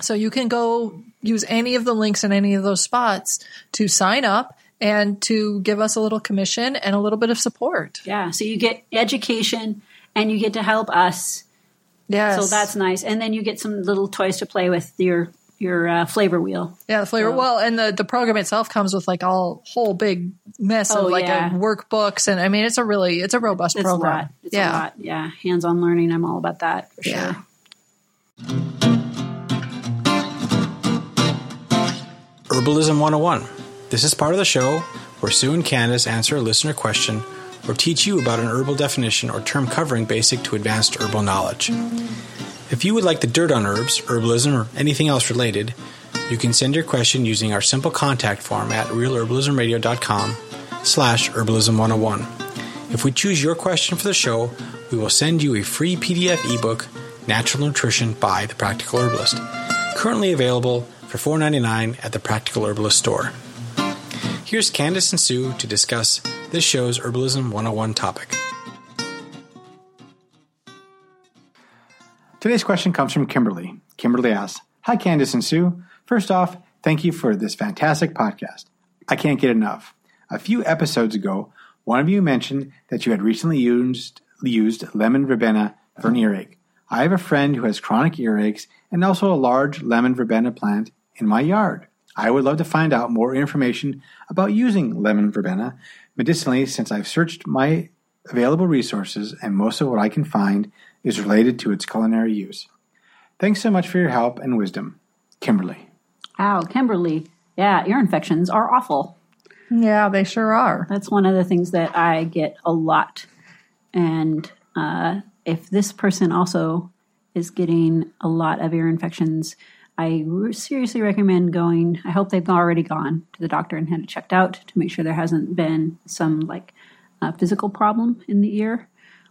So you can go use any of the links in any of those spots to sign up and to give us a little commission and a little bit of support.
Yeah. So you get education and you get to help us.
Yes.
So that's nice. And then you get some little toys to play with your your uh, flavor wheel.
yeah, the flavor. Well, and the, the program itself comes with like all whole big mess
Oh,
of like
yeah.
a workbooks and I mean it's a really it's a robust
It's
program.
a lot. It's
yeah.
a lot. Yeah. Hands on learning. I'm all about that for
Yeah.
sure.
Herbalism 101. This is part of the show where Sue and Candace answer a listener question or teach you about an herbal definition or term covering basic to advanced herbal knowledge. If you would like the dirt on herbs, herbalism, or anything else related, you can send your question using our simple contact form at realherbalismradio.com slash herbalism101. If we choose your question for the show, we will send you a free PDF ebook, Natural Nutrition by the Practical Herbalist, currently available for $4.99 at the Practical Herbalist store. Here's Candace and Sue to discuss this show's Herbalism 101 topic.
Today's question comes from Kimberly. Kimberly asks Hi, Candace and Sue. First off, thank you for this fantastic podcast. I can't get enough. A few episodes ago, One of you mentioned that you had recently used used lemon verbena for an earache. I have a friend who has chronic earaches and also a large lemon verbena plant in my yard. I would love to find out more information about using lemon verbena medicinally since I've searched my available resources and most of what I can find is related to its culinary use. Thanks so much for your help and wisdom. Kimberly.
Ow, Kimberly. Yeah, ear infections are awful.
Yeah, they sure are.
That's one of the things that I get a lot. And uh, if this person also is getting a lot of ear infections, I re- seriously recommend going. I hope they've already gone to the doctor and had it checked out to make sure there hasn't been some like uh, physical problem in the ear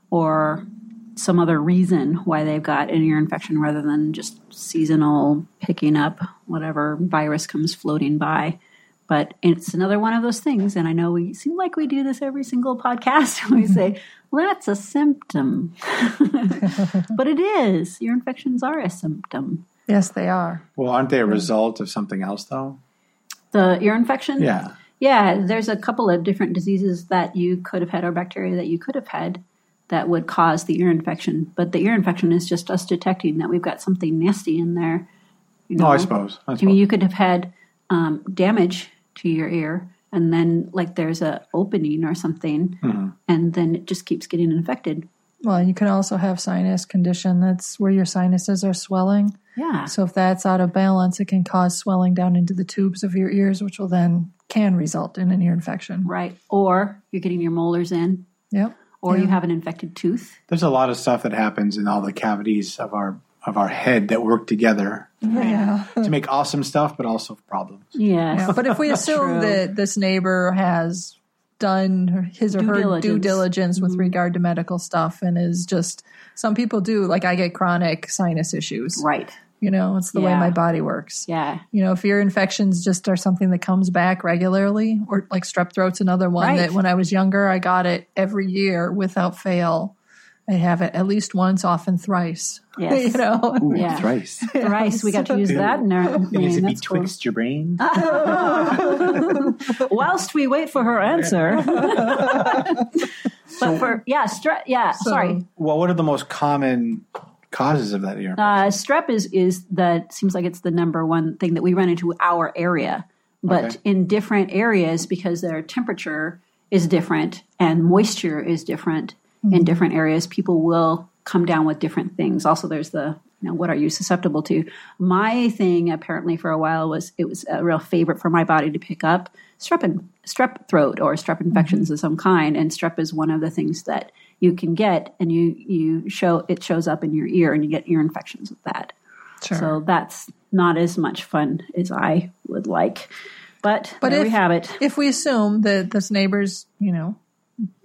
or some other reason why they've got an ear infection rather than just seasonal picking up whatever virus comes floating by. But it's another one of those things, and I know we seem like we do this every single podcast.
Mm-hmm.
we say, well, that's a symptom. but it is. Ear infections are a symptom.
Yes, they are.
Well, aren't they a result of something else though?
The ear infection?
Yeah.
Yeah, there's a couple of different diseases that you could have had or bacteria that you could have had that would cause the ear infection. But the ear infection is just us detecting that we've got something nasty in there. you
No, Oh, I
know.
suppose. I
I mean,
suppose.
you could have had um, damage to your ear, and then like there's a opening or something,
Mm-hmm.
and then it just keeps getting infected.
Well, you can also have sinus condition. That's where your sinuses are swelling.
Yeah,
So if that's out of balance, it can cause swelling down into the tubes of your ears, which will then can result in an ear infection.
right. Or you're getting your molars in,
Yep.
or you have an infected tooth.
There's a lot of stuff that happens in all the cavities of our of our head that work together
Yeah.
to make awesome stuff, but also problems.
Yes.
Yeah, But if we assume
True.
that this neighbor has done her- his or
Due
her due
diligence. Mm-hmm.
diligence with regard to medical stuff and is just, some people do, like I get chronic sinus issues.
Right.
You know, it's the way
Yeah.
my body works.
Yeah.
You know, if your infections just are something that comes back regularly, or like strep throat's another one
Right.
that when I was younger, I got it every year without fail. I have it at least once, often thrice.
Yes.
you know,
Ooh,
Yeah.
thrice. It
Thrice. We got to use that in our
is
name. That's cool.
betwixt your brain.
Whilst we wait for her answer. but for yeah, stre- yeah.
So-
sorry.
Well, what are the most common causes of that ear?
Uh, strep is is the seems like it's the number one thing that we run into our area, but
Okay.
in different areas because their temperature is different and moisture is different in different areas. People will come down with different things. Also, there's the you know what are you susceptible to? My thing apparently for a while was it was a real favorite for my body to pick up strep and strep throat or strep infections of some kind, and strep is one of the things that you can get and you you show it shows up in your ear and you get ear infections with that
sure.
so that's not as much fun as i would like but,
But
there
if-
we have it
if we assume that this neighbor's, you know,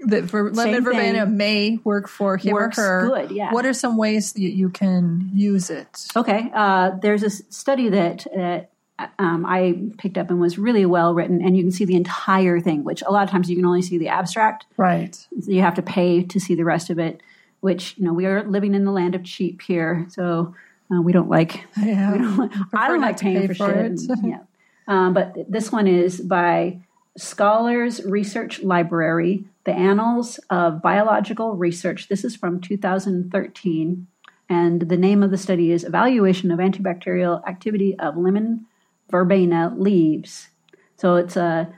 that ver- lemon
Same
verbena
thing.
may work for him
Works
or her,
good, yeah.
what are some ways that you can use it?
okay uh, there's a s- study that that um, I picked up and was really well written, and you can see the entire thing, which a lot of times you can only see the abstract.
Right.
you have to pay to see the rest of it, which, you know, we are living in the land of cheap here. So uh, we don't like
Yeah.
I
Prefer
don't
not
like
to
paying
pay
for,
for
shit.
it.
and- yeah. Um, but th- this one is by Scholars Research Library, The Annals of Biological Research. This is from 2013. And the name of the study is Evaluation of Antibacterial Activity of Lemon Verbena Leaves. So it's a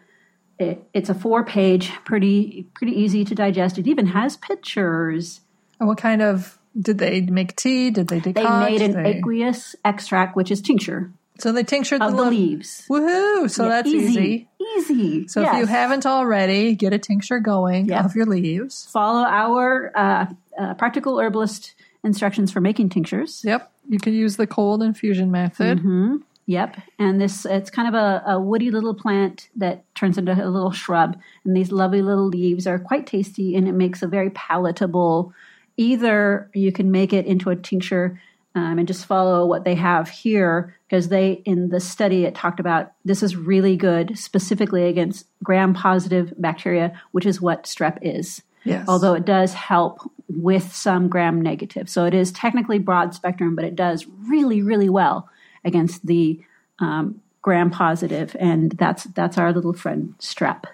it, it's a four page, pretty pretty easy to digest. It even has pictures.
And what kind of did they make tea? Did they
They
decoct?
made an
They-
aqueous extract, which is tincture
so they tinctured the,
of the
lem-
leaves.
Woohoo! So
Yeah,
that's easy.
Easy.
So if you
yes.
haven't already, get a tincture going
Yep.
of your leaves.
follow our uh, uh, practical herbalist instructions for making tinctures.
Yep. You could use the cold infusion method.
Mm-hmm. Yep. And this, it's kind of a, a woody little plant that turns into a little shrub. And these lovely little leaves are quite tasty and it makes a very palatable, either you can make it into a tincture um, and just follow what they have here because they, in the study, it talked about this is really good specifically against gram positive bacteria, which is what strep is.
Yes.
although it does help with some gram negative. So it is technically broad spectrum, but it does really, really well against the um, gram positive, and that's that's our little friend strep.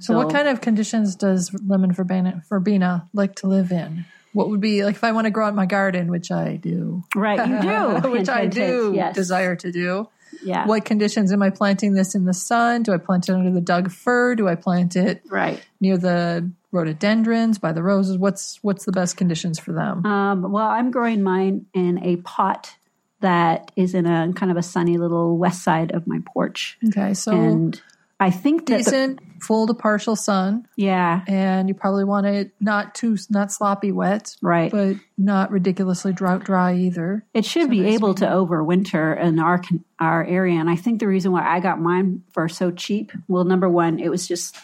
So, what kind of conditions does lemon verbena, verbena like to live in? What would be like if I want to grow out my garden, which I do,
right you do
which
Hint,
I
hint, hint.
do
yes.
desire to do?
yeah
What conditions am I planting this in the sun? Do I plant it under the dug fir? Do I plant it
right
near the rhododendrons by the roses? What's what's the best conditions for them?
Um, well, I'm growing mine in a pot that is in a kind of a sunny little west side of my porch,
Okay, so
Mm-hmm. and I think that the-
Oh. decent full to partial sun,
yeah,
and you probably want it not too not sloppy wet,
right.
but not ridiculously drought dry either.
it should be able to overwinter in our con- our area, and I think the reason why I got mine for so cheap, well, number one, it was just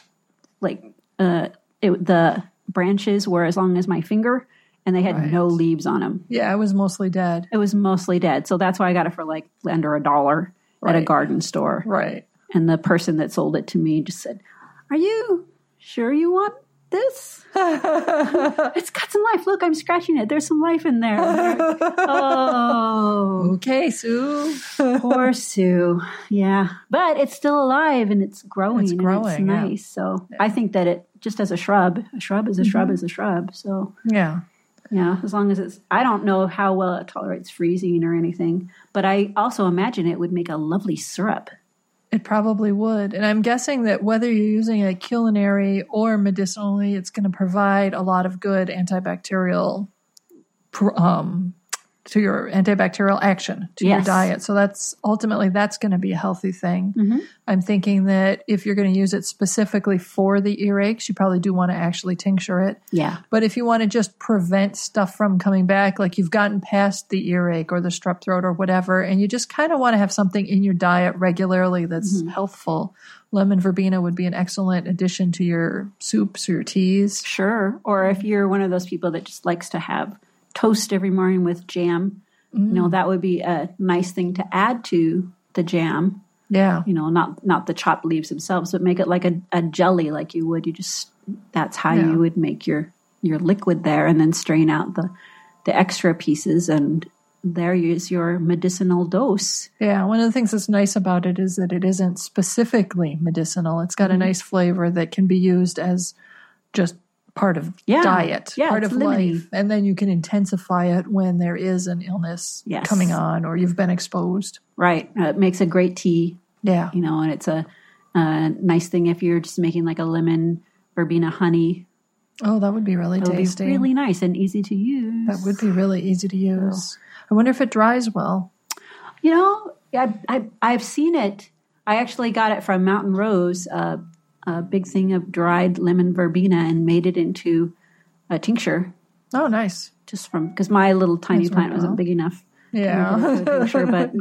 like uh, it, the branches were as long as my finger, and they had
Right.
no leaves on them.
Yeah, it was mostly dead.
It was mostly dead, so that's why I got it for like under a dollar at a
Right.
garden store.
Right.
And the person that sold it to me just said, Are you sure you want this? it's got some life. Look, I'm scratching it. There's some life in there. I'm like, oh,
Okay, Sue.
poor Sue. Yeah. But it's still alive and it's growing.
It's
And it's
growing, yeah.
nice. So I think that it, just as a shrub, a shrub is a
Mm-hmm.
shrub is a shrub. So
Yeah.
yeah, as long as it's, I don't know how well it tolerates freezing or anything, but I also imagine it would make a lovely syrup.
It probably would. And I'm guessing that whether you're using it culinary or medicinally, it's going to provide a lot of good antibacterial pr- um, to your antibacterial action to your
Yes.
diet. So that's ultimately that's going to be a healthy thing.
Mhm.
I'm thinking that if you're going to use it specifically for the earaches, you probably do want to actually tincture it.
Yeah.
But if you want to just prevent stuff from coming back, like you've gotten past the earache or the strep throat or whatever, and you just kind of want to have something in your diet regularly that's
Mm-hmm.
healthful, lemon verbena would be an excellent addition to your soups or your teas.
Sure. Or if you're one of those people that just likes to have toast every morning with jam, you
Mm.
know, that would be a nice thing to add to the jam.
Yeah.
You know, not not the chopped leaves themselves, but make it like a, a jelly like you would. You just that's how
Yeah.
you would make your your liquid there and then strain out the the extra pieces and there is your medicinal dose.
Yeah. One of the things that's nice about it is that it isn't specifically medicinal. It's got
Mm-hmm.
a nice flavor that can be used as just part of
Yeah.
diet,
Yeah,
part
it's
of
limiting.
life. And then you can intensify it when there is an illness
Yes.
coming on or you've been exposed.
Right. Uh, it makes a great tea
Yeah.
you know, and it's a, a nice thing if you're just making like a lemon verbena honey.
Oh, that would be really
It would
tasty.
be really nice and easy to use.
that would be really easy to use. I wonder if it dries well.
You know, I, I, I've seen it. I actually got it from Mountain Rose, uh, a big thing of dried lemon verbena, and made it into a tincture
Oh, nice.
just from because my little tiny
That's
plant
worked
wasn't
well.
big enough. to make
Yeah.
it into a tincture, but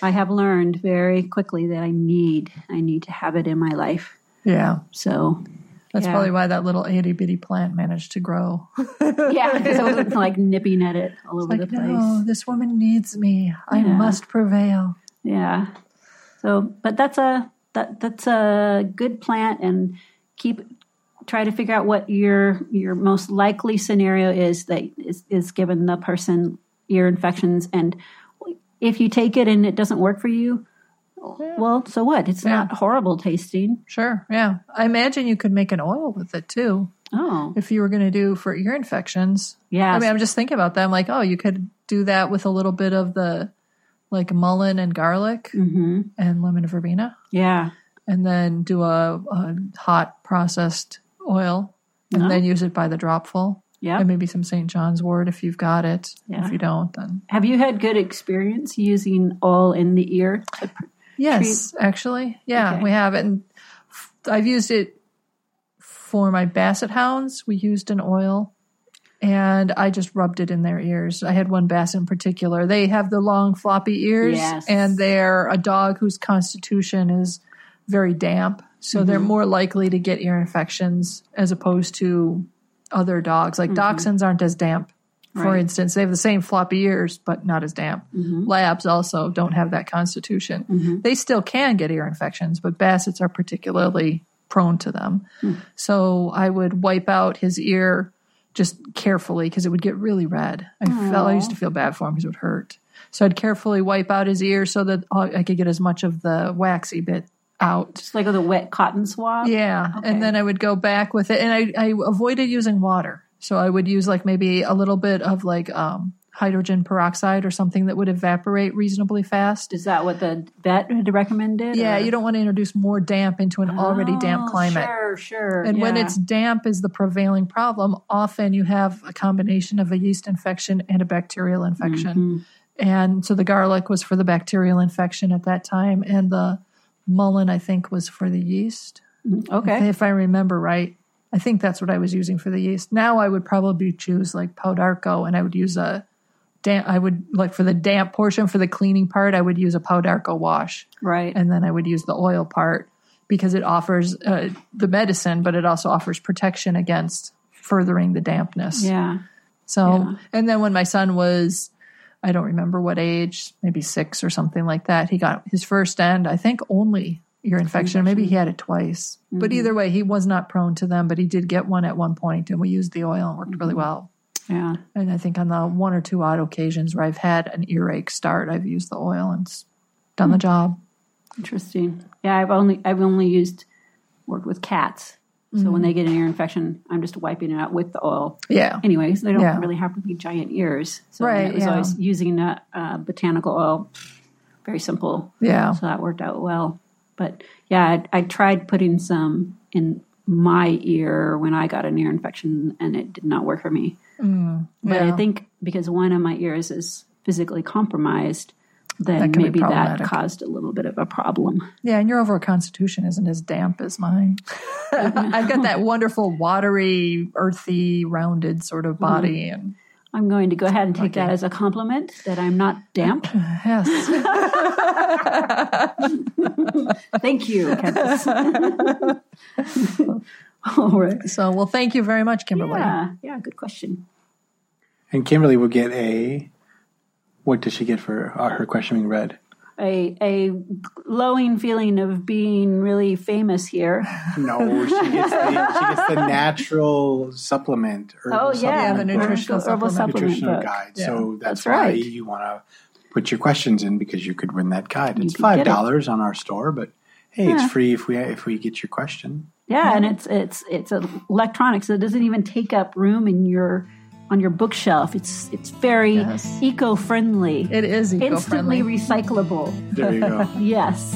I have learned very quickly that I need I need to have it in my life.
yeah.
So
That's
Yeah.
probably why that little itty bitty plant managed to grow.
yeah, because I wasn't like nipping at it all over the
Like,
place.
no, this woman needs me. I
Yeah.
must prevail.
Yeah. So, but that's a that that's a good plant, and keep try to figure out what your your most likely scenario is that is is given the person ear infections, and if you take it and it doesn't work for you, well, so what? It's
Yeah.
not horrible tasting.
Sure. Yeah. I imagine you could make an oil with it too
Oh,
if you were going to do for ear infections.
yeah.
I mean, I'm just thinking about that. I'm like, oh, you could do that with a little bit of the like mullein and garlic
hmm
and lemon verbena.
Yeah.
and then do a, a hot processed oil and
Yeah.
then use it by the dropful
Yeah.
and maybe some St. John's wort if you've got it.
Yeah.
If you don't, then
Have you had good experience using oil in the ear? to pr-
yes, actually, yeah,
Okay.
we have it. And f- I've used it for my basset hounds. We used an oil. And I just rubbed it in their ears. I had one basset in particular. They have the long floppy ears,
Yes.
and they're a dog whose constitution is very damp. So they're
Mm-hmm.
more likely to get ear infections as opposed to other dogs. Like dachshunds aren't as damp, for
Mm-hmm. Right. Mm-hmm.
instance. They have the same floppy ears, but not as damp. Labs also don't have that constitution. They still can get ear infections, but bassets are particularly prone to them. So I would wipe out his ear just carefully because it would get really red. I felt I used to feel bad for him because it would hurt. So I'd carefully wipe out his ear so that uh, I could get as much of the waxy bit out.
Just like with a wet cotton swab.
Yeah.
Okay.
And then I would go back with it. And I, I avoided using water. So I would use like maybe a little bit of like um, hydrogen peroxide or something that would evaporate reasonably fast.
Is that what the vet had recommended?
Yeah.
or-
You don't want to introduce more damp into an already
Oh,
damp climate.
Sure, sure.
And when
yeah.
it's damp is the prevailing problem, often you have a combination of a yeast infection and a bacterial infection.
Mhm.
And so the garlic was for the bacterial infection at that time, and the mullein, I think, was for the yeast.
okay,
If I remember right, I think that's what I was using for the yeast. Now I would probably choose like Powdarco, and I would use a damp, I would like for the damp portion, for the cleaning part, I would use a Powdarco wash
right.
and then I would use the oil part because it offers uh, the medicine, but it also offers protection against furthering the dampness.
yeah,
So,
Yeah.
and then when my son was, I don't remember what age, maybe six or something like that, he got his first and I think only ear infection. Maybe he had it twice, but either way, he was not prone to them. But he did get one at one point, and we used the oil and worked really well.
yeah.
And I think on the one or two odd occasions where I've had an earache start, I've used the oil and it's done the job.
Interesting. Yeah, I've only I've only used worked with cats. So
Mm-hmm.
when they get an ear infection, I'm just wiping it out with the oil.
Yeah.
Anyways, they don't
Yeah.
really have to be giant ears. So I mean,
Right,
it was
yeah.
always using a, uh botanical oil, very simple.
Yeah.
So that worked out well. But yeah, I, I tried putting some in my ear when I got an ear infection, and it did not work for me. But I
Mm, yeah.
think because one of my ears is physically compromised, then
That can be
maybe that
problematic.
caused a little bit of a problem.
Yeah, and your overall constitution isn't as damp as mine. I've got that wonderful watery, earthy, rounded sort of body,
Mm-hmm.
and
I'm going to go ahead and take that as a compliment that I'm not damp.
yes,
Thank you, Candace. All right.
so well, thank you very much, Kimberly.
Yeah, yeah, good question.
And Kimberly will get a. What does she get for uh, her question being read?
A a glowing feeling of being really famous here.
No, she gets the, she gets the natural supplement. Herbal
Oh,
the
yeah,
supplement book,
nutritional
Herbal
supplement.
supplement
nutritional
book.
guide.
Yeah.
So that's,
That's
why
right.
you want to put your questions in because you could win that guide. it's
could
five
get it.
dollars on our store, but hey,
Yeah.
it's free if we if we get your question.
Yeah, and it's it's it's a electronic, so it doesn't even take up room in your on your bookshelf. It's it's very
Yes.
eco friendly,
It is
instantly
eco-friendly.
recyclable.
There you go.
Yes.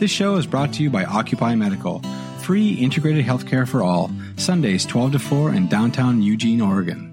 This show is brought to you by Occupy Medical, free integrated healthcare for all, Sundays 12 to 4 in downtown Eugene, Oregon.